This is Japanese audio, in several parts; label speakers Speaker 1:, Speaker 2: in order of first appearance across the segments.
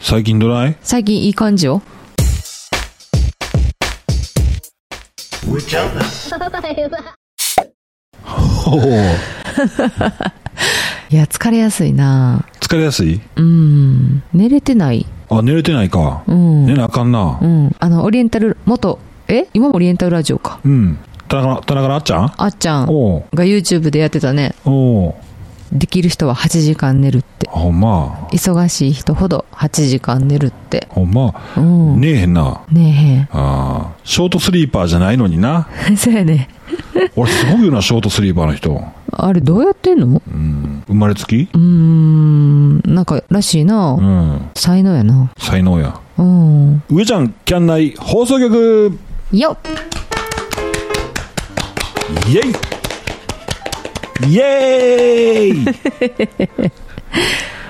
Speaker 1: 最近どない
Speaker 2: 最近いい感じよ。
Speaker 1: おお
Speaker 2: いや、疲れやすいな
Speaker 1: 疲れやすい
Speaker 2: うん。寝れてない。
Speaker 1: あ、寝れてないか。
Speaker 2: うん。
Speaker 1: 寝なあかんな
Speaker 2: う。ん。あの、オリエンタル、元、え今もオリエンタルラジオか。
Speaker 1: うん。田中、田中のあっちゃん
Speaker 2: あっちゃん
Speaker 1: おう
Speaker 2: が YouTube でやってたね。
Speaker 1: おう
Speaker 2: できる人は8時間寝るって。
Speaker 1: ほんま。
Speaker 2: 忙しい人ほど8時間寝るって。
Speaker 1: ほんま。
Speaker 2: うん。
Speaker 1: ねえへんな。
Speaker 2: ね
Speaker 1: ああ。ショートスリーパーじゃないのに な。
Speaker 2: えへん。そうやね。
Speaker 1: 俺すごいよな、ショートスリーパーの人。
Speaker 2: あれ、どうやってんの
Speaker 1: うん。生まれつき
Speaker 2: うーん。なんか、らしいな、
Speaker 1: うん。
Speaker 2: 才能やな。
Speaker 1: 才能や。
Speaker 2: うん。
Speaker 1: 上ちゃん、キャン内放送局
Speaker 2: よっ
Speaker 1: イェイイエー イ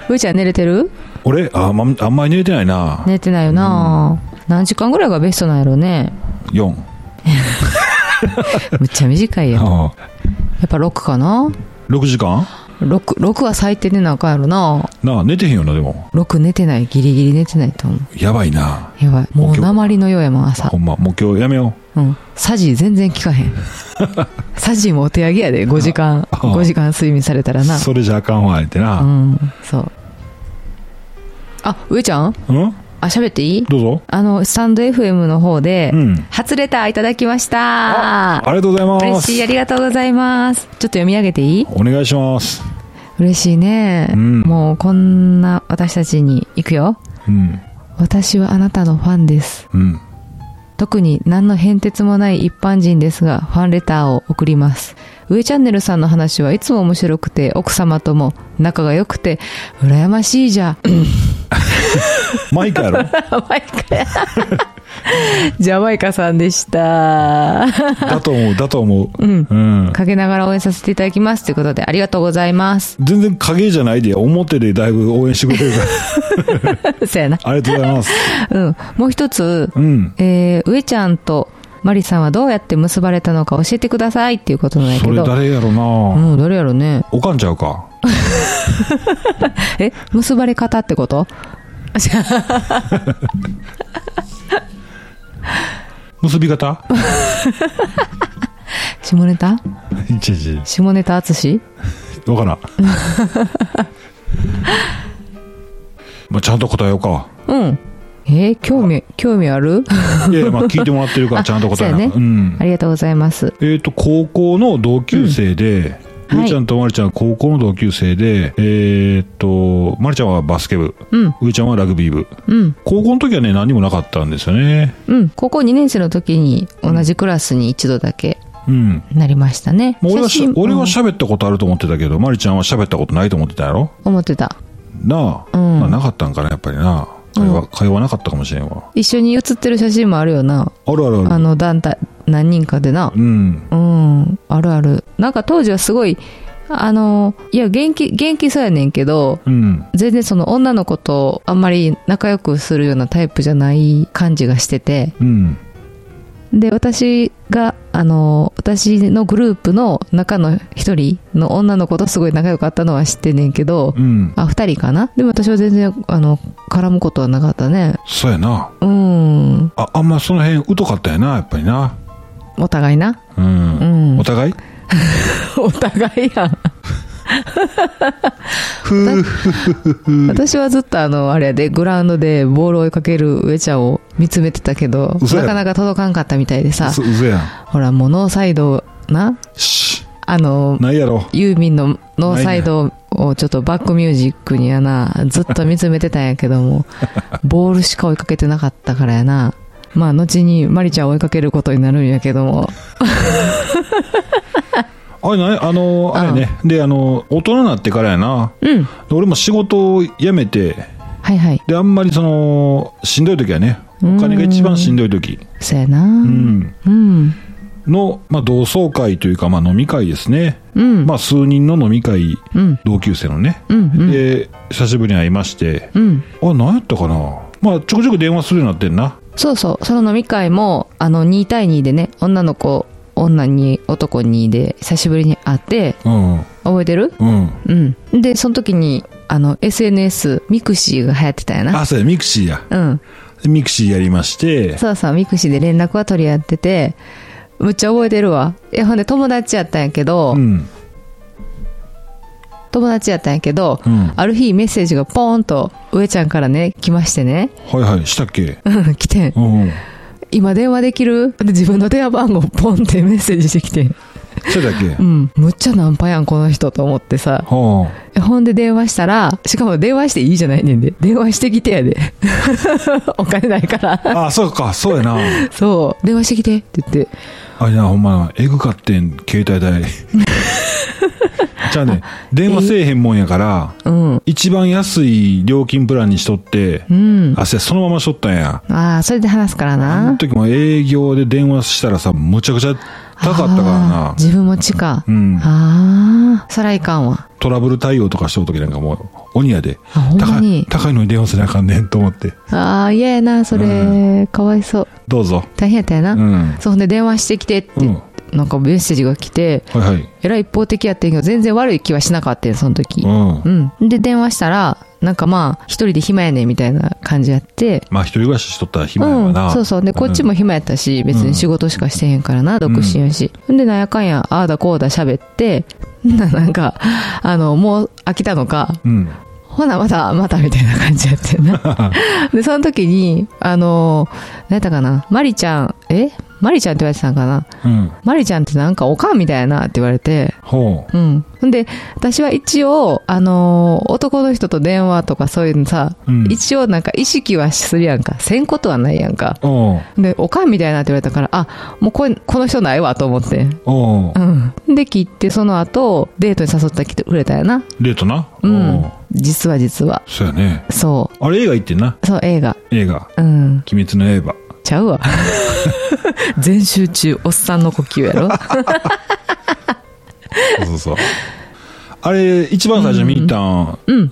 Speaker 2: うーちゃん寝れてる
Speaker 1: 俺あ、まあんまり寝れてないな。
Speaker 2: 寝てないよな、何時間ぐらいがベストなんやろうね。
Speaker 1: 4。
Speaker 2: むっちゃ短いやん。や
Speaker 1: ああ
Speaker 2: っぱ6かな
Speaker 1: 6時間
Speaker 2: ?6、6は最低寝なあかんやろな。
Speaker 1: なあ、寝てへんよな、でも。
Speaker 2: 6寝てない。ギリギリ寝てないと思う。
Speaker 1: やばいな。
Speaker 2: やばい。も
Speaker 1: もう今
Speaker 2: う
Speaker 1: 日
Speaker 2: 鉛のようやもん、朝
Speaker 1: ほ。んま、もう今日やめよ
Speaker 2: うん。サジ全然効かへ ん。サジもお手上げやで、5時間。
Speaker 1: ああ
Speaker 2: 5時間睡眠されたら
Speaker 1: う。
Speaker 2: な。
Speaker 1: それじゃあかんわ、言って
Speaker 2: う
Speaker 1: な。
Speaker 2: ん。そう。あ、上ちゃん
Speaker 1: うん
Speaker 2: あ、喋っていい
Speaker 1: どうぞ。
Speaker 2: あの、スタンド FM の方で、
Speaker 1: うん
Speaker 2: 初レターいただきまし
Speaker 1: あ
Speaker 2: た。
Speaker 1: りがとうございま
Speaker 2: 嬉
Speaker 1: す。
Speaker 2: しい、ありがとうございます。ちょっと読み上げていい
Speaker 1: お願いします。
Speaker 2: 嬉しいね、
Speaker 1: うん
Speaker 2: もうこんな私たちに行くよ。
Speaker 1: うん。
Speaker 2: 私はあなたのファンです。
Speaker 1: うん。
Speaker 2: 特に何の変哲もない一般人ですが、ファンレターを送ります。上チャンネルさんの話はいつも面白くて、奥様とも仲が良くて、羨ましいじゃ。
Speaker 1: マイクや ろ
Speaker 2: マイカや。ジャマイカさんで した。
Speaker 1: だと思う、だと思う。うん。
Speaker 2: かけながら応援させていただきます。ということで、ありがとうございます。
Speaker 1: 全然影じゃないで、表でだいぶ応援してくれてるか
Speaker 2: そうやな。
Speaker 1: ら。ありがとうございます。
Speaker 2: うん。もう一つ、
Speaker 1: うん。
Speaker 2: えー、上ちゃんとマリさんはどうやって結ばれたのか教えてくださいっていうことなんや
Speaker 1: そ
Speaker 2: け
Speaker 1: れ
Speaker 2: ど。
Speaker 1: 誰やろな
Speaker 2: うん、誰やろね。
Speaker 1: おかんちゃうか。
Speaker 2: え、結ばれ方ってこと
Speaker 1: 結び方
Speaker 2: 下ネタ
Speaker 1: いちいち。
Speaker 2: 下ネタ淳
Speaker 1: わからん。 まあ、ちゃんと答えようか。
Speaker 2: うん。えー、興味、興味ある
Speaker 1: いやいや、まあ、聞いてもらってるから、ちゃんと答えなあかん
Speaker 2: そうやね
Speaker 1: うん。
Speaker 2: ありがとうございます。
Speaker 1: えっ、と、高校の同級生で、
Speaker 2: うん
Speaker 1: ゆうちゃんとまりちゃんは高校の同級生で、えっ、と、まりちゃんはバスケ部、
Speaker 2: うん、
Speaker 1: ういちゃんはラグビー部。
Speaker 2: うん、
Speaker 1: 高校の時はね、何もなかったんですよね。
Speaker 2: うん。高校2年生の時に同じクラスに一度だけ
Speaker 1: うん。
Speaker 2: なりましたね。
Speaker 1: まあ俺はし
Speaker 2: 写真
Speaker 1: 俺は
Speaker 2: うん
Speaker 1: 喋ったことあると思ってたけど、まりちゃんは喋ったことないと思ってたやろ
Speaker 2: 思ってた。
Speaker 1: なあ、
Speaker 2: うん
Speaker 1: まあ、なかったんかな、やっぱりな。会話、会話なかったかもしれんわ。
Speaker 2: 一緒に写ってる写真もあるよな。
Speaker 1: あるあるあ
Speaker 2: あ
Speaker 1: る。
Speaker 2: の団体、何人かでな。
Speaker 1: うん。
Speaker 2: うん、あるある。なんか当時はすごい、あの、いや、元気、元気そうやねんけど、
Speaker 1: うん。
Speaker 2: 全然その女の子とあんまり仲良くするようなタイプじゃない感じがしてて。
Speaker 1: うん。
Speaker 2: で、私が、あの、私のグループの中の一人の女の子とすごい仲良かったのは知ってんねんけど
Speaker 1: う、ん。
Speaker 2: あ、二人かなでも私は全然、あの、絡むことはなかったね。
Speaker 1: そうやな。
Speaker 2: うん、
Speaker 1: あ、あんまその辺疎かったやな、やっぱりな。
Speaker 2: お互いな。
Speaker 1: うん。
Speaker 2: うん
Speaker 1: お互い
Speaker 2: お互いやん。私はずっとあの、あれやで、グラウンドでボールを追いかける上ちゃんを見つめてたけど、
Speaker 1: 嘘や
Speaker 2: な
Speaker 1: ろ
Speaker 2: かなか届かんかったみたいでさ
Speaker 1: う、嘘やん。
Speaker 2: ほら、もうノーサイドな、
Speaker 1: し、
Speaker 2: あの、
Speaker 1: ないやろ。
Speaker 2: ユーミンのノーサイドをちょっとバックミュージックにやな、ずっと見つめてたんやけど も、ボールしか追いかけてなかったからやな。まあ、後にマリちゃんを追いかけることになるんやけども、
Speaker 1: あれなあの、あれね。で、あの、大人になってからやな。
Speaker 2: うん、
Speaker 1: で俺も仕事を辞めて、
Speaker 2: はいはい、
Speaker 1: で、あんまりその、しんどい時はね、お金が一番しんどい時、
Speaker 2: そやな
Speaker 1: うん、
Speaker 2: うん、
Speaker 1: の、まあ、同窓会というか、まあ、飲み会ですね。
Speaker 2: うん、
Speaker 1: まあ、数人の飲み会、
Speaker 2: うん、
Speaker 1: 同級生のね。
Speaker 2: うん、うん、
Speaker 1: で、久しぶりに会いまして、
Speaker 2: うん。
Speaker 1: あ、何やったかなまあ、ちょくちょく電話するようになってんな。
Speaker 2: そうそう、その飲み会も、あの、2対2でね、女の子、女に、男にで、久しぶりに会って、
Speaker 1: うん、
Speaker 2: 覚えてる
Speaker 1: うん。
Speaker 2: うん。で、その時に、あの、SNS、ミクシーが流行ってたよな。
Speaker 1: あ、そうや、ミクシーや。
Speaker 2: うん。
Speaker 1: ミクシーやりまして、
Speaker 2: そうそう、ミクシーで連絡は取り合ってて、むっちゃ覚えてるわ。いや、ほんで友達やったんやけど、
Speaker 1: うん。
Speaker 2: 友達やったんやけど、
Speaker 1: うん
Speaker 2: ある日メッセージがポーンと、上ちゃんからね、来ましてね。
Speaker 1: はいはい、したっけ
Speaker 2: うん来てん。
Speaker 1: うんうん。
Speaker 2: 今電話できるで自分の電話番号ポンってメッセージしてきてん。
Speaker 1: そうだっけ
Speaker 2: うん。むっちゃナンパやん、この人と思ってさ。
Speaker 1: は
Speaker 2: ほんで電話したら、しかも電話していいじゃないねんで。電話してきてやで。 お金ないから。
Speaker 1: あ。あ、そうか、そうやな。
Speaker 2: そう。電話してきてって言って。
Speaker 1: あいやほんまエグかってん携帯代 じゃあね電話せえへんもんやから
Speaker 2: うん。
Speaker 1: 一番安い料金プランにしとって、
Speaker 2: うん。
Speaker 1: あせやそのまましとったんや
Speaker 2: ああ、それで話すから
Speaker 1: あの
Speaker 2: な。
Speaker 1: 時も営業で電話したらさむちゃくちゃ高かったから
Speaker 2: あー
Speaker 1: な
Speaker 2: 自分も地下。
Speaker 1: うん
Speaker 2: ああ、そらいかんわ。
Speaker 1: トラブル対応とかしとる時なんかもう鬼やで
Speaker 2: あ、ほんま
Speaker 1: 高い
Speaker 2: に。
Speaker 1: 高いのに電話せなあかんねんと思って
Speaker 2: ああ、嫌やな、それ、かわいそう。
Speaker 1: どうぞ
Speaker 2: 大変やったやな。
Speaker 1: うん
Speaker 2: そう、ほんで電話してきてって、
Speaker 1: うん
Speaker 2: なんかメッセージが来て、
Speaker 1: はいはい
Speaker 2: えらい一方的やってんけど、全然悪い気はしなかったよ、その時
Speaker 1: う。ん
Speaker 2: うん。で、電話したら、なんかまあ、一人で暇やねんみたいな感じやって、
Speaker 1: まあ一人暮らししとったら暇やわ
Speaker 2: う、
Speaker 1: なん
Speaker 2: そうそう。で、こっちも暇やったし、別に仕事しかしてへんからな、独身やし。で、なんやかんや、ああだこうだ喋って、 ななんか、あの、もう飽きたのか、
Speaker 1: うん
Speaker 2: ほな、また、また、みたいな感じやって んな。で、その時に、あの、何やったかな、マリちゃん、えマリちゃんって言われてたんかな
Speaker 1: うん
Speaker 2: マリちゃんってなんかおかんみたいやなって言われて、
Speaker 1: ほ
Speaker 2: うん。ほんで、私は一応、あのー男の人と電話とかそういうのさ、
Speaker 1: ううん
Speaker 2: 一応なんか意識はするやんか。せんことはないやんか。
Speaker 1: おう
Speaker 2: で、おかんみたいなって言われたから、あ、もうこれこの人ないわと思って。
Speaker 1: おう
Speaker 2: うん。で、切って、その後、デートに誘ってきてくれたよな。
Speaker 1: デートな
Speaker 2: う
Speaker 1: お
Speaker 2: ん。実は実は。
Speaker 1: そうやね。
Speaker 2: そ
Speaker 1: あれ映画行ってんな。
Speaker 2: う。そう、映画。
Speaker 1: 映画。
Speaker 2: うん。
Speaker 1: 鬼滅の刃。
Speaker 2: ち ゃうわ。全集中、おっさんの呼吸や ろ。
Speaker 1: そうそうそう。あれ、一番最初に見に行ったん、
Speaker 2: うん。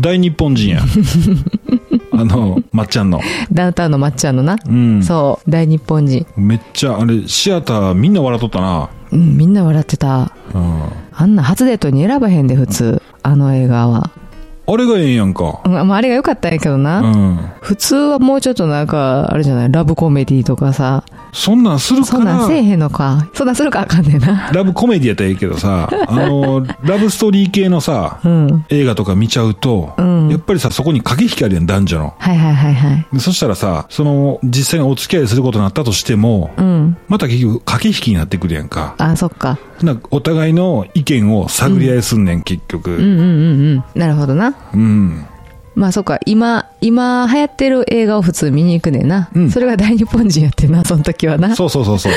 Speaker 1: 大日本人や。 あの、まっちゃんの。
Speaker 2: ダウンタウンのまっちゃんのな。
Speaker 1: うん。
Speaker 2: そう。大日本人。
Speaker 1: めっちゃ、あれ、シアターみんな笑っとったな。
Speaker 2: うん、みんな笑ってた。
Speaker 1: うん。
Speaker 2: あんな初デートに選ばへんで、普通。あの映画は。
Speaker 1: あれがええんやんか。
Speaker 2: うんまあ、あれが良かったんやけど
Speaker 1: う
Speaker 2: な。
Speaker 1: ん。
Speaker 2: 普通はもうちょっとなんか、あれじゃない、ラブコメディとかさ。
Speaker 1: そんなんする
Speaker 2: そ
Speaker 1: か
Speaker 2: んなん
Speaker 1: ら
Speaker 2: せえ。へんのか。そんなんするかあかんねんな。
Speaker 1: ラブコメディやったらええけど さ、あの、ラブストーリー系のさ、
Speaker 2: うん。
Speaker 1: 映画とか見ちゃうと、
Speaker 2: うん
Speaker 1: やっぱりさ、そこに駆け引きあるやん、男女の。
Speaker 2: はいはいはいはい。
Speaker 1: でそしたらさ、その、実際にお付き合いすることになったとしても、
Speaker 2: うん。
Speaker 1: また結局、駆け引きになってくるやんか。
Speaker 2: あ、そっか。
Speaker 1: なんかお互いの意見を探り合いすんねん、結
Speaker 2: うん
Speaker 1: 局。
Speaker 2: うんうんうん。なるほどな。
Speaker 1: うん。
Speaker 2: まあそっか、今、今流行ってる映画を普通見に行くねんな。
Speaker 1: うん
Speaker 2: それが大日本人やってんな、その時はな。
Speaker 1: そうそうそうそう。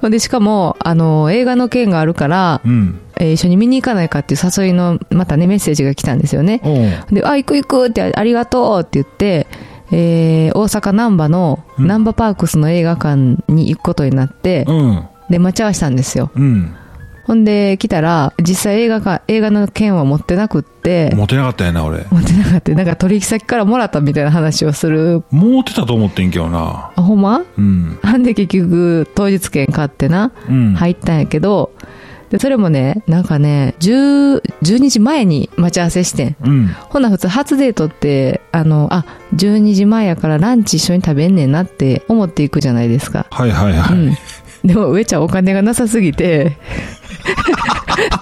Speaker 2: ほんで、しかも、あの、映画の件があるから、
Speaker 1: うん。
Speaker 2: えー一緒に見に行かないかっていう誘いの、またね、メッセージが来たんですよね。
Speaker 1: おう
Speaker 2: で、あ、行く行くって、ありがとうって言って、えー、大阪難波の、
Speaker 1: うん
Speaker 2: 難波パークスの映画館に行くことになって、
Speaker 1: うん。
Speaker 2: で、待ち合わせたんですよ。
Speaker 1: うん。
Speaker 2: ほんで、来たら、実際映画か、映画の券は持ってなくって、
Speaker 1: モテなかったよな、俺。
Speaker 2: 持ってなかった。なんか取引先からもらったみたいな話をする。
Speaker 1: モテたと思ってんけどな。
Speaker 2: あ、ほんま
Speaker 1: うん。
Speaker 2: なんで結局、当日券買ってな、
Speaker 1: うん。い。
Speaker 2: 入ったんやけど、で、それもね、なんかね、10、12時前に待ち合わせしてん。
Speaker 1: うん。
Speaker 2: ほな普通初デートって、あの、あ、12時前やからランチ一緒に食べんねんなって思っていくじゃないですか。
Speaker 1: はいはいうはい。
Speaker 2: ん。でも上ちゃんお金がなさすぎて、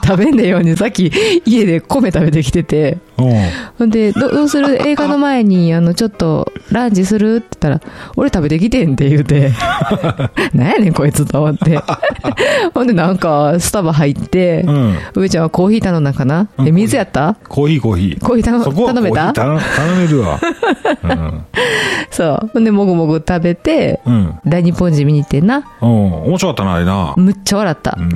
Speaker 2: 食べんねえようにさっき家で米食べてきてて。
Speaker 1: おう
Speaker 2: ほんで、どどうする映画の前に、あの、ちょっとランチするって言ったら、俺食べてきてんって言うて。 なんやねんこいつと思って。 ほんでなんかスタバ入って、
Speaker 1: うん。
Speaker 2: 上ちゃんはコーヒー頼んだんかな
Speaker 1: う
Speaker 2: え、
Speaker 1: ん
Speaker 2: 水やった
Speaker 1: コーヒーコーヒー。
Speaker 2: コーヒー頼
Speaker 1: そこは
Speaker 2: 頼めた
Speaker 1: コーヒー頼頼める わ。うん
Speaker 2: そう。ほんで、もぐもぐ食べて、。
Speaker 1: うん
Speaker 2: 大日本人見に行ってんな。
Speaker 1: おう。面白かったな、あれな。
Speaker 2: むっちゃ笑った
Speaker 1: う。ん。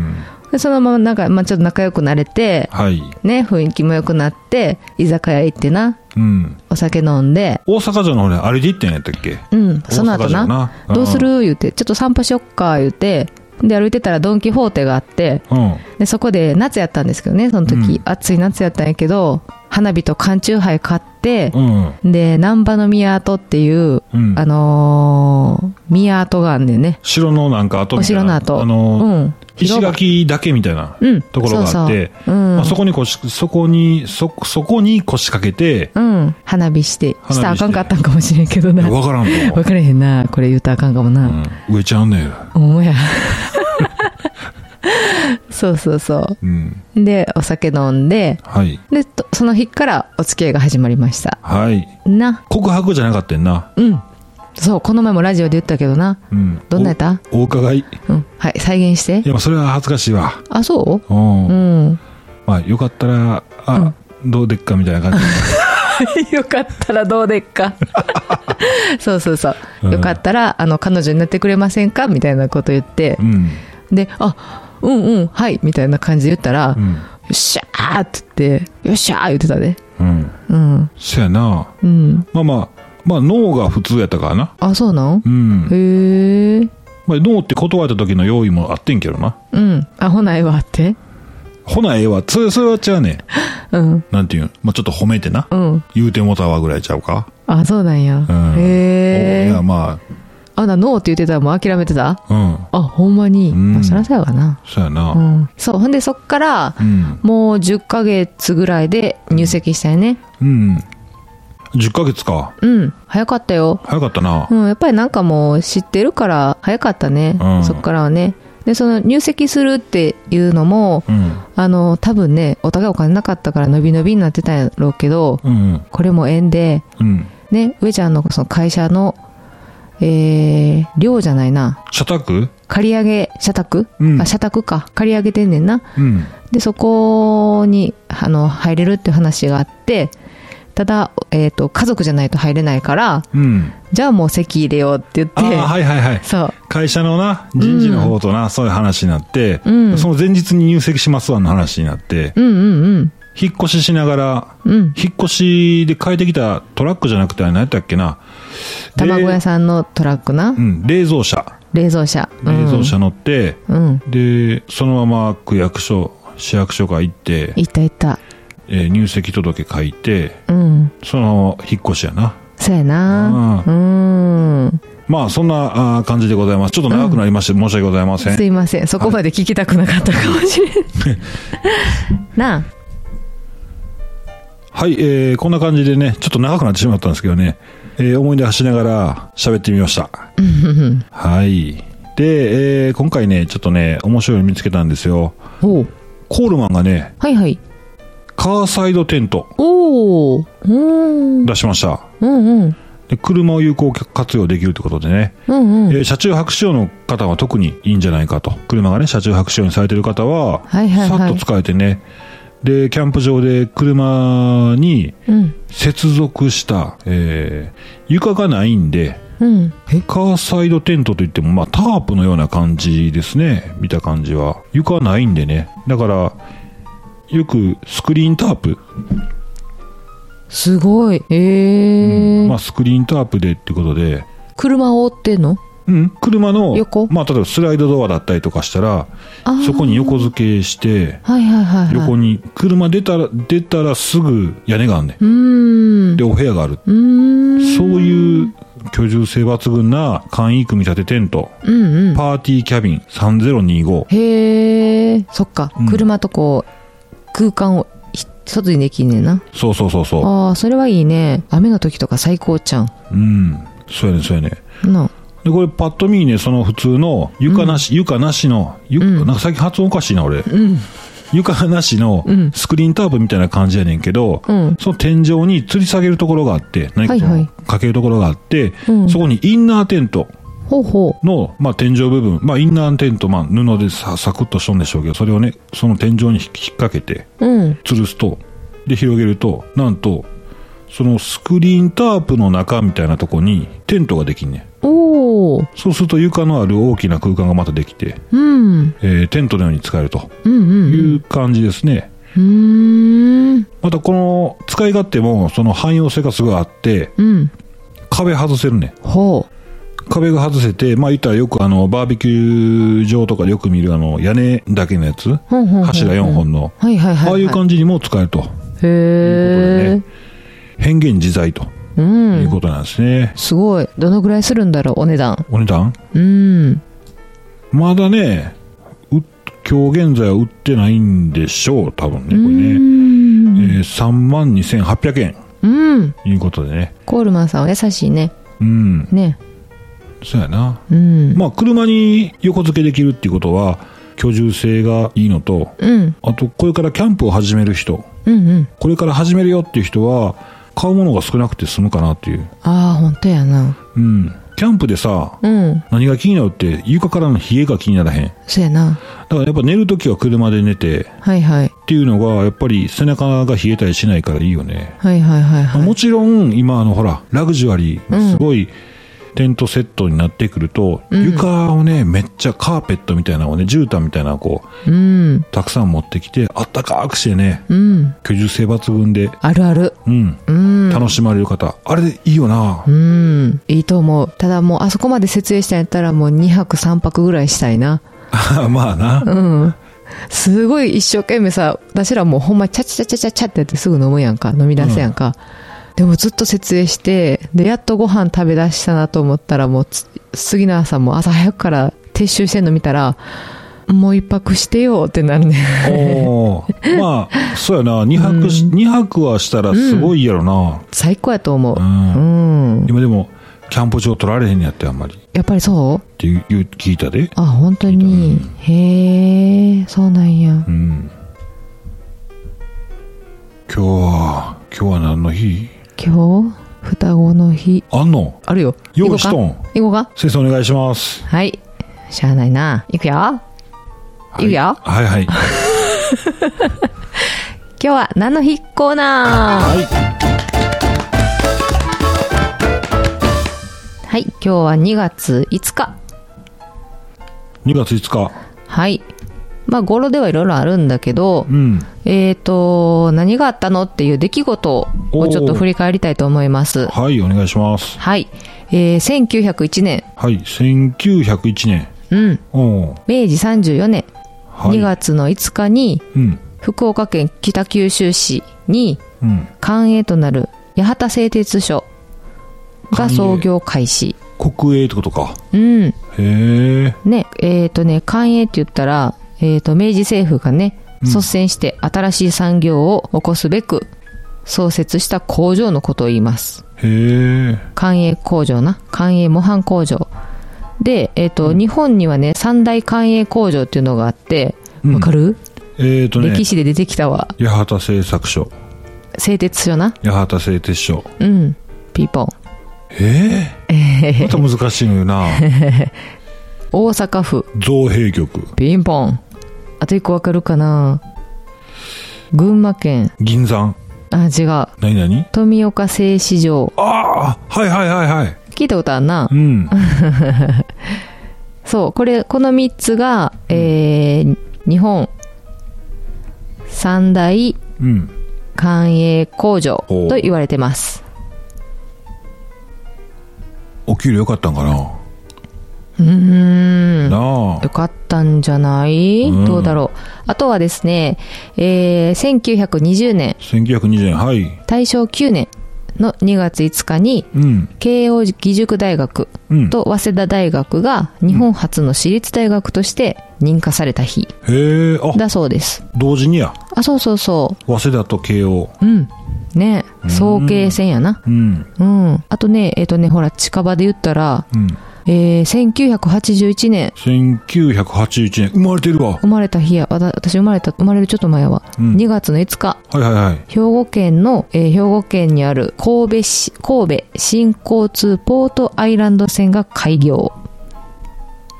Speaker 2: で、そのまま、なんか、まあ、ちょっと仲良くなれて、
Speaker 1: はい。
Speaker 2: ね、雰囲気も良くなって、居酒屋行ってな、
Speaker 1: うん。
Speaker 2: お酒飲んで、
Speaker 1: 大阪城の俺、歩いて行ったんやったっけ
Speaker 2: うん、その後
Speaker 1: 大阪城
Speaker 2: な、
Speaker 1: な
Speaker 2: どうする言うて、ちょっと散歩しよっか、言うて、で、歩いてたらドンキホーテがあって、
Speaker 1: うん。
Speaker 2: で、そこで夏やったんですけどね、その時、
Speaker 1: うん
Speaker 2: 暑い夏やったんやけど、花火と缶チューハイ買って、
Speaker 1: うん。
Speaker 2: で、南波の宮跡っていう、
Speaker 1: うん。
Speaker 2: あのー、宮跡があんねんね。
Speaker 1: 城のなんか後
Speaker 2: お
Speaker 1: みたいな
Speaker 2: 城の後。
Speaker 1: あの、
Speaker 2: うん。
Speaker 1: 石
Speaker 2: 広場
Speaker 1: 垣だけみたいな
Speaker 2: うん
Speaker 1: ところがあって、
Speaker 2: そうそううん
Speaker 1: まあ、そこに腰、そこに、そ、そこに腰掛けて、
Speaker 2: うん。花火して。
Speaker 1: 花火して
Speaker 2: したらあかんかったんかもしれんけどな。
Speaker 1: わからんの
Speaker 2: わからへんな。これ言うたらあかんかもな。
Speaker 1: うん、植えちゃうね。
Speaker 2: おもや。そうそうそ
Speaker 1: うん。
Speaker 2: う。で、お酒飲んで、
Speaker 1: はい。
Speaker 2: で、とその日からお付き合いが始まりました。
Speaker 1: はい。
Speaker 2: な。
Speaker 1: 告白じゃなかったよな。
Speaker 2: うん。そう、この前もラジオで言ったけどな。
Speaker 1: うん。
Speaker 2: どんなやった
Speaker 1: おお伺い。い
Speaker 2: うん。はい、再現して。
Speaker 1: や、まあそれは恥ずかしいわ。。
Speaker 2: あ、そうううんん。
Speaker 1: まあ、よかったら、あ、どうでっかみたいな感じ。
Speaker 2: よかったらどうでっか。 そうそうそうう。
Speaker 1: ん
Speaker 2: よかったら、あの、彼女になってくれませんかみたいなこと言って
Speaker 1: う。ん。
Speaker 2: で、あ、うんうん、はい、みたいな感じで言ったら、
Speaker 1: う
Speaker 2: よ
Speaker 1: ん。
Speaker 2: っしゃーって言って、よっしゃー言ってたで。
Speaker 1: うん。
Speaker 2: うん。
Speaker 1: そやな。
Speaker 2: うん。
Speaker 1: まあまあ、まあ、脳が普通やったからな。
Speaker 2: あ、そうなん
Speaker 1: うん。
Speaker 2: へえ。
Speaker 1: まあ、脳って断った時の用意もあってんけどな。
Speaker 2: うん。あ、ほなえはって。
Speaker 1: ほな、ええわ。それ、それは違うね。
Speaker 2: うん。
Speaker 1: なんていうん。まあ、ちょっと褒めてな。
Speaker 2: うん。
Speaker 1: 言うてもたわぐらいちゃうか。
Speaker 2: あ、そうなんや。
Speaker 1: うん。
Speaker 2: へ
Speaker 1: い
Speaker 2: え
Speaker 1: や、。ま
Speaker 2: あ、な、ノーって言ってたらもう諦めてた
Speaker 1: あ、うん。
Speaker 2: あ、ほんまに。
Speaker 1: うん
Speaker 2: まあ、そらそうやわな。
Speaker 1: そうや
Speaker 2: う
Speaker 1: な。
Speaker 2: ん。そう。ほんで、そっから、
Speaker 1: うん。
Speaker 2: もう10ヶ月ぐらいで入籍したよね。
Speaker 1: うん。10ヶ月か。
Speaker 2: うん。早かったよ。
Speaker 1: 早かったな。
Speaker 2: うん。やっぱりなんかもう知ってるから早かったね。
Speaker 1: うん
Speaker 2: そっからはね。で、その入籍するっていうのも、
Speaker 1: うん。
Speaker 2: あの、多分ね、お互いお金なかったから伸び伸びになってたんやろうけど、
Speaker 1: うん。
Speaker 2: これも縁で、
Speaker 1: うん。
Speaker 2: ね、上ちゃんのその会社の、えー、寮じゃないな。
Speaker 1: 社宅
Speaker 2: 借り上げ、社宅、
Speaker 1: うん
Speaker 2: あ、社宅か。借り上げてんねんな。
Speaker 1: うん。
Speaker 2: で、そこに、あの、入れるっていう話があって、ただ、えっ、と、家族じゃないと入れないから、
Speaker 1: うん。
Speaker 2: じゃあもう席入れようって言って、
Speaker 1: ああ、はいはいはい。
Speaker 2: そ
Speaker 1: 会社のな、人事の方とな、そういう話になって、
Speaker 2: うん
Speaker 1: その前日に入籍しますわの話になって、
Speaker 2: う。うんうん
Speaker 1: 引っ越ししながら、
Speaker 2: うん。うん。
Speaker 1: 引っ越しで変えてきたトラックじゃなくて、あれ何やったっけな。で
Speaker 2: 卵屋さんのトラックな
Speaker 1: う。ん、冷蔵車。
Speaker 2: 冷蔵車。う
Speaker 1: 冷
Speaker 2: ん
Speaker 1: 蔵車乗って、
Speaker 2: うん。
Speaker 1: で、そのまま区役所、市役所が行って、
Speaker 2: いったいった。
Speaker 1: えー入籍届書いて、
Speaker 2: うん。
Speaker 1: その引っ越しやな。
Speaker 2: そうやな。うん。
Speaker 1: まあ、そんなあー感じでございます。ちょっと長くなりまして、申し訳ございませ
Speaker 2: す
Speaker 1: ん。
Speaker 2: いません。そこまで聞きたくなかったかもしれん。 なあ。
Speaker 1: はい、えー、こんな感じでね、ちょっと長くなってしまったんですけどね、えー、思い出走りながら喋ってみました。はい。で、えー、今回ね、ちょっとね、面白いの見つけたんですよ。
Speaker 2: おう
Speaker 1: コールマンがね、
Speaker 2: はいはい。
Speaker 1: カーサイドテント
Speaker 2: おお。うん。うん
Speaker 1: 出しました。
Speaker 2: うん。
Speaker 1: で車を有効活用できるということでね、
Speaker 2: うんうん。
Speaker 1: えー車中泊仕様の方は特にいいんじゃないかと。車がね、車中泊仕様にされてる方は、
Speaker 2: はいはいはい
Speaker 1: さっと使えてね。で、キャンプ場で車に
Speaker 2: うん。
Speaker 1: 接続した、えー床がないんで、
Speaker 2: うん。
Speaker 1: カーサイドテントといっても、まあ、タープのような感じですね。見た感じは。床はないんでね。だから、よくスクリーンタープ、
Speaker 2: すごい。ええ。
Speaker 1: まあ、スクリーンタープでってことで、
Speaker 2: 車を追ってんの
Speaker 1: うん、車の、
Speaker 2: 横
Speaker 1: まあ、例えばスライドドアだったりとかしたら、
Speaker 2: あー
Speaker 1: そこに横付けして、
Speaker 2: はいはいはいはい。
Speaker 1: 横に、車出たら、出たらすぐ屋根があんね
Speaker 2: うーん。
Speaker 1: ん。で、お部屋がある。
Speaker 2: うーん。
Speaker 1: そういう居住性抜群な簡易組み立てテント、
Speaker 2: うんうん。
Speaker 1: パーティーキャビン3025。
Speaker 2: へえ。そっか
Speaker 1: うん。
Speaker 2: 車とこう、空間をひ外にできんねんな。
Speaker 1: そうそうそうそ
Speaker 2: ああ、それはいいね。雨の時とか最高ちゃん。
Speaker 1: う。うん。そうやね、そうやね。
Speaker 2: な。
Speaker 1: で、これパッと見ね、その普通の床なし、床なしの、床、
Speaker 2: うん
Speaker 1: なんか最近発音おかしいな、俺。
Speaker 2: うん。
Speaker 1: 床なしの
Speaker 2: うん
Speaker 1: スクリーンタープみたいな感じやねんけど、
Speaker 2: うん。
Speaker 1: その天井に吊り下げるところがあって、何かそ
Speaker 2: はいは
Speaker 1: の
Speaker 2: い
Speaker 1: かけるところがあって、
Speaker 2: うん
Speaker 1: そこにインナーテント
Speaker 2: ほうほ
Speaker 1: の、まあ、天井部分、まあ、インナーテント、まあ、布でさサクッとしとんでしょうけど、それをね、その天井に引っ掛けて、
Speaker 2: う。うん。
Speaker 1: 吊るすと、で、広げると、なんと、そのスクリーンタープの中みたいなとこにテントができんねん。
Speaker 2: おお。
Speaker 1: そうすると床のある大きな空間がまたできて、
Speaker 2: うん。
Speaker 1: えーテントのように使えると
Speaker 2: うんうん
Speaker 1: い
Speaker 2: うん。
Speaker 1: う感じですね。
Speaker 2: うーん。
Speaker 1: またこの使い勝手もその汎用性がすごいあって、
Speaker 2: うん。
Speaker 1: 壁外せるねん。
Speaker 2: ほ
Speaker 1: 壁が外せて、まあ言ったらよくあのバーベキュー場とかでよく見るあの屋根だけのやつ、
Speaker 2: う。ほんほんほん
Speaker 1: 柱4。本の、
Speaker 2: はいはいはい。
Speaker 1: ああいう感じにも使えると。
Speaker 2: じ。へえ。
Speaker 1: 変幻自在と
Speaker 2: う。
Speaker 1: いうんことなんですね。
Speaker 2: すごい。どのぐらいするんだろう、お値段。
Speaker 1: お値段
Speaker 2: うん。
Speaker 1: まだね、う今日現在は売ってないんでしょう、多分ね、これ
Speaker 2: う
Speaker 1: ね。えー、
Speaker 2: ん
Speaker 1: 3万2800円、
Speaker 2: うん。
Speaker 1: いうことでね。
Speaker 2: コールマンさんは優しいね。
Speaker 1: うん、
Speaker 2: ね。
Speaker 1: そうやな。
Speaker 2: うん。
Speaker 1: まあ、車に横付けできるっていうことは、居住性がいいのと、
Speaker 2: うん。
Speaker 1: あと、これからキャンプを始める人、
Speaker 2: うんうん。
Speaker 1: これから始めるよっていう人は、買うものが少なくて済むかなっていう。
Speaker 2: ああ、本当やな。
Speaker 1: うん。キャンプでさ、
Speaker 2: うん。
Speaker 1: 何が気になるって、床からの冷えが気にならへん。だ
Speaker 2: そうやな。
Speaker 1: からやっぱ寝るときは車で寝て、
Speaker 2: はいはい。
Speaker 1: っていうのが、やっぱり背中が冷えたりしないからいいよね。
Speaker 2: はいはいはいはい。
Speaker 1: もちろん、今、あの、ほら、ラグジュアリ
Speaker 2: う
Speaker 1: ー、
Speaker 2: ん
Speaker 1: すごい、テントセットになってくると、
Speaker 2: うん
Speaker 1: 床をね、めっちゃカーペットみたいなのをね、絨毯みたいなのをこう、
Speaker 2: うん。
Speaker 1: たくさん持ってきて、あったかくしてね、
Speaker 2: うん。
Speaker 1: 居住性抜群で、
Speaker 2: あるある。
Speaker 1: うん、
Speaker 2: うん。
Speaker 1: 楽しまれる方、あれでいいよな
Speaker 2: う。ん。いいと思う。ただもう、あそこまで設営したんやったら、もう2泊3泊ぐらいしたいな。
Speaker 1: まあな。
Speaker 2: うん。すごい一生懸命さ、私らもうほんまチャチャチャチャチャってやってすぐ飲むやんか、飲み出すやんか。でもずっと設営して、で、やっとご飯食べ出したなと思ったら、もうつ次の朝も朝早くから撤収してんの見たら、もう一泊してよってなるね。
Speaker 1: おーまあ、そうやな。2泊し、二泊はしたらすごいやろな。
Speaker 2: 最高やと思う。
Speaker 1: うん
Speaker 2: うん。
Speaker 1: 今でも、キャンプ場取られへんやって、あんまり。っ
Speaker 2: やっぱりそう
Speaker 1: ていう、聞いたで。
Speaker 2: あ、本当に。へえ、そうなんや
Speaker 1: う。ん。今日は、今日は何の日
Speaker 2: 今日、双子の日。
Speaker 1: あんの
Speaker 2: あるよ。
Speaker 1: 用意しとん
Speaker 2: 行こうか行こうか
Speaker 1: 先生お願いします。
Speaker 2: はい。しゃあないな。いくよ。今いいよ
Speaker 1: はいはい。
Speaker 2: 日は何の日コーナ
Speaker 1: は
Speaker 2: ーはい。今日は2月5日。
Speaker 1: い。2月5日。
Speaker 2: はい。まあ、語呂ではいろいろあるんだけど、
Speaker 1: うん。
Speaker 2: えっ、と、何があったのっていう出来事をちょっと振り返りたいと思います。
Speaker 1: はい、お願いします。
Speaker 2: はい。えー、1901年、
Speaker 1: はい、1901年。
Speaker 2: うん、
Speaker 1: お
Speaker 2: 明治34年、
Speaker 1: はい。
Speaker 2: 2月の5日に、
Speaker 1: うん。
Speaker 2: 福岡県北九州市に、
Speaker 1: うん。
Speaker 2: 官営となる八幡製鉄所が創業開始。
Speaker 1: 国営ってことか。
Speaker 2: うん。
Speaker 1: へえ。
Speaker 2: ね、えっ、とね、官営って言ったら、えっ、と、明治政府がね、率先して新しい産業を起こすべく、創設した工場のことを言います。
Speaker 1: へえ。
Speaker 2: 官営工場な。官営模範工場。で、えっ、と、日本にはね、三大官営工場っていうのがあって、
Speaker 1: うん
Speaker 2: わかる、
Speaker 1: えっ、ー、とね
Speaker 2: 歴、史で出てきたわ。
Speaker 1: 八幡製作所、
Speaker 2: 製鉄所な。
Speaker 1: 八幡製鉄所。
Speaker 2: うん。ピーポン。
Speaker 1: ええ。また難しいのよ な。
Speaker 2: 大阪府、
Speaker 1: 造幣局、
Speaker 2: ピンポン。あと一個わかるかな群馬県、
Speaker 1: 銀山。
Speaker 2: あ、違う。
Speaker 1: 何々
Speaker 2: 富岡製糸場。
Speaker 1: ああはいはいはいはい。
Speaker 2: 聞いたことあるな
Speaker 1: う。ん。
Speaker 2: そう、これ、この3つが、えー、日本三大
Speaker 1: うん。
Speaker 2: 官営工場
Speaker 1: おう
Speaker 2: と言われてます。
Speaker 1: お給料良かったんかな、
Speaker 2: うーん。
Speaker 1: なあ
Speaker 2: よ。かったんじゃない、
Speaker 1: うん
Speaker 2: どうだろう。あとはですね、えー、1920年、
Speaker 1: 1920年、はい。
Speaker 2: 大正9年の2月5日に、
Speaker 1: うん。
Speaker 2: 慶応義塾大学
Speaker 1: うん。
Speaker 2: と早稲田大学が日本初の私立大学として認可された日
Speaker 1: へえ、あ、
Speaker 2: だそうです。
Speaker 1: 同時にや。
Speaker 2: あ、そうそうそ
Speaker 1: 早稲田と慶応。
Speaker 2: う。うん。ね早慶戦やな。
Speaker 1: うん。
Speaker 2: うん。あとね、えっ、とね、ほら、近場で言ったら、
Speaker 1: うん。
Speaker 2: えー、1981年
Speaker 1: 1981年、生まれてるわ。
Speaker 2: 生まれた日や、わた私生まれた、生まれるちょっと前は、
Speaker 1: うん
Speaker 2: 2月の5日、
Speaker 1: はいはいはい。
Speaker 2: 兵庫県の、えー兵庫県にある神戸市、神戸新交通ポートアイランド線が開業。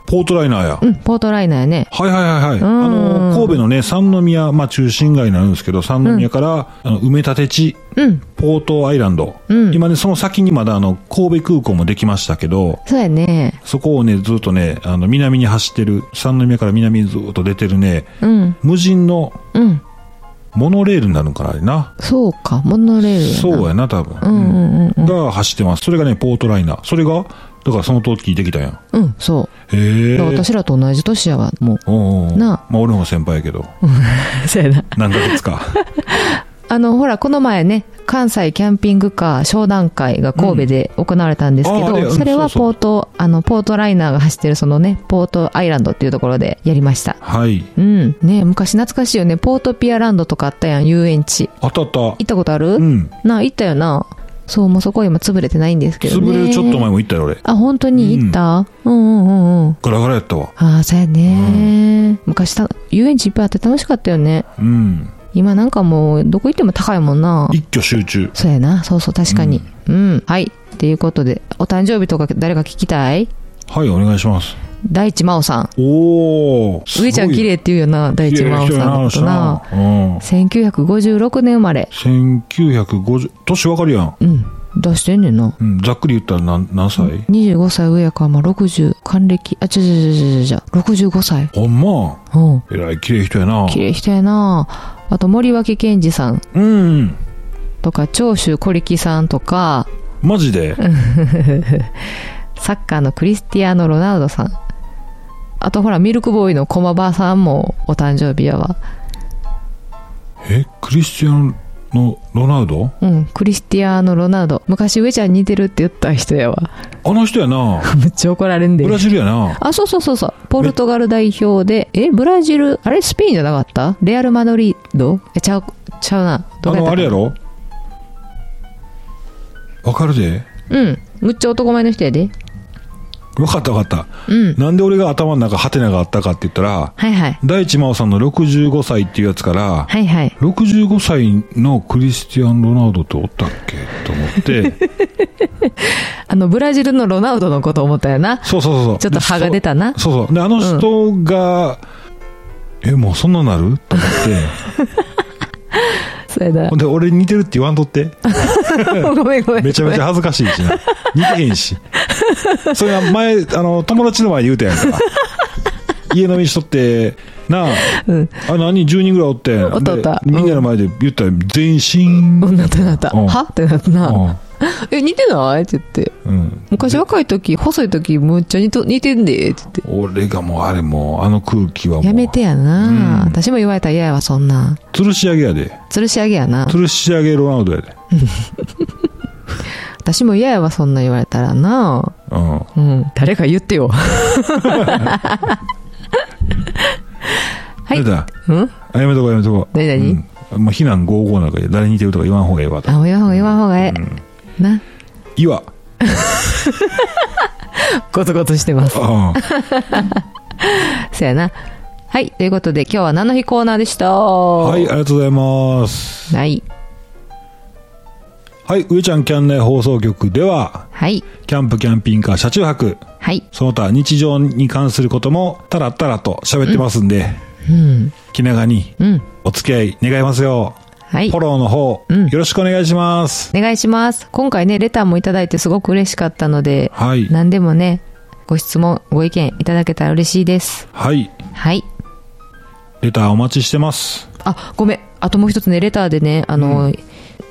Speaker 1: ポートライナーや。
Speaker 2: うん、ポートライナーやね。
Speaker 1: はいはいはいはい。
Speaker 2: ん
Speaker 1: あの、神戸のね、三宮、まあ中心街になるんですけど、三宮から、あの埋め立て地、
Speaker 2: うん、
Speaker 1: ポートアイランド。
Speaker 2: うん
Speaker 1: 今ね、その先にまだあの、神戸空港もできましたけど、
Speaker 2: そうやね。
Speaker 1: そこをね、ずっとね、あの、南に走ってる、三宮から南にずっと出てるね、
Speaker 2: うん、
Speaker 1: 無人の
Speaker 2: うん。
Speaker 1: モノレールになるんかな、あれな。
Speaker 2: そうか、モノレールやな。
Speaker 1: そうやな、多
Speaker 2: う
Speaker 1: 分。
Speaker 2: んうんうん。
Speaker 1: が走ってます。それがね、ポートライナー。それが、だからその時できたやん。
Speaker 2: うん、そう。
Speaker 1: へえ。
Speaker 2: だから私らと同じ年やわ、も
Speaker 1: おうおう
Speaker 2: な
Speaker 1: まあ、俺の方が先輩やけど。
Speaker 2: う。そうやな。
Speaker 1: 何ヶ月か。
Speaker 2: あの、ほら、この前ね、関西キャンピングカー商談会が神戸で行われたんですけ
Speaker 1: あ
Speaker 2: ど、
Speaker 1: あれうん
Speaker 2: それは
Speaker 1: そうそ
Speaker 2: ポ
Speaker 1: う
Speaker 2: ート、あの、ポートライナーが走ってるそのね、ポートアイランドっていうところでやりました。
Speaker 1: はい。
Speaker 2: うん。ね昔懐かしいよね。ポートピアランドとかあったやん、遊園地。
Speaker 1: あったあった。
Speaker 2: 行ったことある、
Speaker 1: うん。
Speaker 2: なあ、行ったよな。そう、もうそこは今潰れてないんですけどね。
Speaker 1: 潰れるちょっと前も行ったよ、俺。
Speaker 2: あ、本当に行った、うん、うんうんうん。
Speaker 1: ガラガラやったわ。
Speaker 2: ああ、そうやね、昔た、遊園地いっぱいあって楽しかったよね。
Speaker 1: うん。
Speaker 2: 今なんかもう、どこ行っても高いもんな。
Speaker 1: 一挙集中。
Speaker 2: そうやな。そうそう、確かに。うん。はい。っていうことで、お誕生日とか誰か聞きたい
Speaker 1: はい、お願いします。
Speaker 2: 大地真央さん。
Speaker 1: おお。
Speaker 2: 上ちゃん綺麗って言うよな、大地真央さんのことな。
Speaker 1: うん。
Speaker 2: 1956年生まれ。
Speaker 1: 1950、年わかるやん。
Speaker 2: うん。出してんねんな。
Speaker 1: うん、ざっくり言ったら何何歳
Speaker 2: 25歳上やから、まあ、60、還暦、あ、ちょちょちょちょちょちょ、65歳。
Speaker 1: ほんま。
Speaker 2: うん。
Speaker 1: えらい綺麗人やな。
Speaker 2: 綺麗人やなあと、森脇健児さん
Speaker 1: うん。
Speaker 2: とか、長州小力さんとか、
Speaker 1: マジで。
Speaker 2: サッカーのクリスティアーノ・ロナウドさん。あと、ほら、ミルクボーイの駒場さんもお誕生日やわ。
Speaker 1: え、クリスチャンのロナウド
Speaker 2: うん、クリスティアーノ・ロナウド。昔、上ちゃん似てるって言った人やわ。
Speaker 1: あの人やな。
Speaker 2: めっちゃ怒られんで
Speaker 1: ブ。ラジルやな。
Speaker 2: あ、そうそうそうそう。ポルトガル代表で、え、ブラジル、あれスペインじゃなかったレアル・マドリードえ、ちゃう、ちゃうな。
Speaker 1: あ
Speaker 2: こやった
Speaker 1: の、
Speaker 2: か
Speaker 1: あれやろわかるで。
Speaker 2: うん。むっちゃ男前の人やで。
Speaker 1: わかったわかった。
Speaker 2: うん。
Speaker 1: なんで俺が頭の中ハテナがあったかって言ったら、
Speaker 2: はいはい。
Speaker 1: 大地真央さんの65歳っていうやつから、
Speaker 2: はいはい。
Speaker 1: 65歳のクリスティアン・ロナウドっておったっけと思っ て、
Speaker 2: あの、ブラジルのロナウドのこと思ったよな。
Speaker 1: そうそうそうそう。
Speaker 2: ちょっと歯が出
Speaker 1: た。
Speaker 2: たな。
Speaker 1: そうそう。で、あの人が、え、もうそんななると思っ
Speaker 2: それだ
Speaker 1: て。ほ。んで、俺似てるって言わんとって。
Speaker 2: ごめんごめ ん。
Speaker 1: めちゃめちゃ恥ずかしいしな。似てへんし。それは前、あの、友達の前で言うたやんか。家飲みしとって、なあ、
Speaker 2: うん
Speaker 1: あ何、10人ぐらいおってん
Speaker 2: おったおった
Speaker 1: でみんなの前で言ったら、全身。
Speaker 2: うん。なったなった。
Speaker 1: うん
Speaker 2: はってなったな。え、似てないって言って。
Speaker 1: うん。
Speaker 2: 昔若い時、細い時、むっちゃ似と似てんで。って言って。
Speaker 1: 俺がもうあれもう、あの空気はもう。
Speaker 2: やめてやな、
Speaker 1: うん
Speaker 2: 私も言われたら嫌やわ、そんな。
Speaker 1: 吊るし上げやで。
Speaker 2: 吊るし上げやな。
Speaker 1: 吊るし上げロナウドやで。
Speaker 2: 私も嫌やわ、そんな言われたらな。
Speaker 1: うん。
Speaker 2: うん。誰か言ってよ。はい
Speaker 1: 誰だ
Speaker 2: うん
Speaker 1: あやめとこうやめとこう。
Speaker 2: 何々
Speaker 1: うん、まあ、避難55なんかで誰に似てるとか言わん方がええわと。
Speaker 2: あ、もう言わんほうが言わんほうがええ。な。
Speaker 1: 岩。
Speaker 2: ゴツゴツしてます。
Speaker 1: あ
Speaker 2: そやな。はい。ということで、今日は何の日コーナーでした。
Speaker 1: あは、
Speaker 2: はい
Speaker 1: ありがとうございます。
Speaker 2: い。はい。
Speaker 1: はい、上ちゃんキャン内放送局では、
Speaker 2: はい。
Speaker 1: キャンプ、キャンピングカー、車中泊、
Speaker 2: はい。
Speaker 1: その他日常に関することも、たらたらと喋ってますんで、
Speaker 2: うん。
Speaker 1: 気長に
Speaker 2: うん。
Speaker 1: お付き合い願いますよ。
Speaker 2: はい
Speaker 1: フォ。ローの方、
Speaker 2: うん
Speaker 1: よろしくお願いします。
Speaker 2: お願いします。今回ね、レターもいただいてすごく嬉しかったので、
Speaker 1: はい。
Speaker 2: 何でもね、ご質問、ご意見いただけたら嬉しいです。
Speaker 1: はい。
Speaker 2: はい。
Speaker 1: レターお待ちしてます。
Speaker 2: あ、ごめん。あともう一つね、レターでね、あの、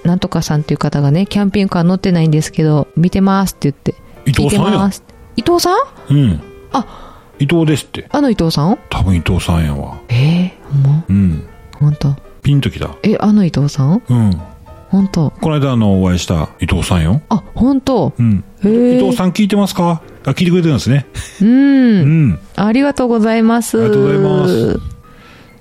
Speaker 2: なんとかさんっていう方がね、キャンピングカー乗ってないんですけど、見てますって言って。
Speaker 1: 伊藤さんや
Speaker 2: 聞いてます伊藤さん
Speaker 1: うん。
Speaker 2: あ、
Speaker 1: 伊藤ですって。
Speaker 2: あの伊藤さん
Speaker 1: 多分伊藤さんやわ。
Speaker 2: えー、ほんま
Speaker 1: うん。
Speaker 2: ほんと。
Speaker 1: ピンときた。
Speaker 2: え、あの伊藤さん
Speaker 1: うん。
Speaker 2: ほんと。
Speaker 1: この間あのお会いした伊藤さんよ。
Speaker 2: あ、ほんと。
Speaker 1: うん。
Speaker 2: へ
Speaker 1: 伊
Speaker 2: え。
Speaker 1: 藤さん聞いてますかあ、聞いてくれてるんですね。
Speaker 2: うん
Speaker 1: う。ん。
Speaker 2: ありがとうございます。
Speaker 1: ありがとうございます。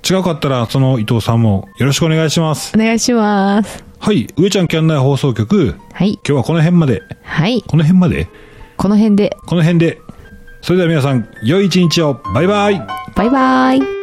Speaker 1: 違かったら、その伊藤さんもよろしくお願いします。
Speaker 2: お願いします。
Speaker 1: はい。上ちゃんキャンナイ放送局。
Speaker 2: はい。
Speaker 1: 今日はこの辺まで。
Speaker 2: はい。
Speaker 1: この辺まで
Speaker 2: この辺で、
Speaker 1: この辺で。それでは皆さん、良い一日を。バイバイ。
Speaker 2: バイバイ。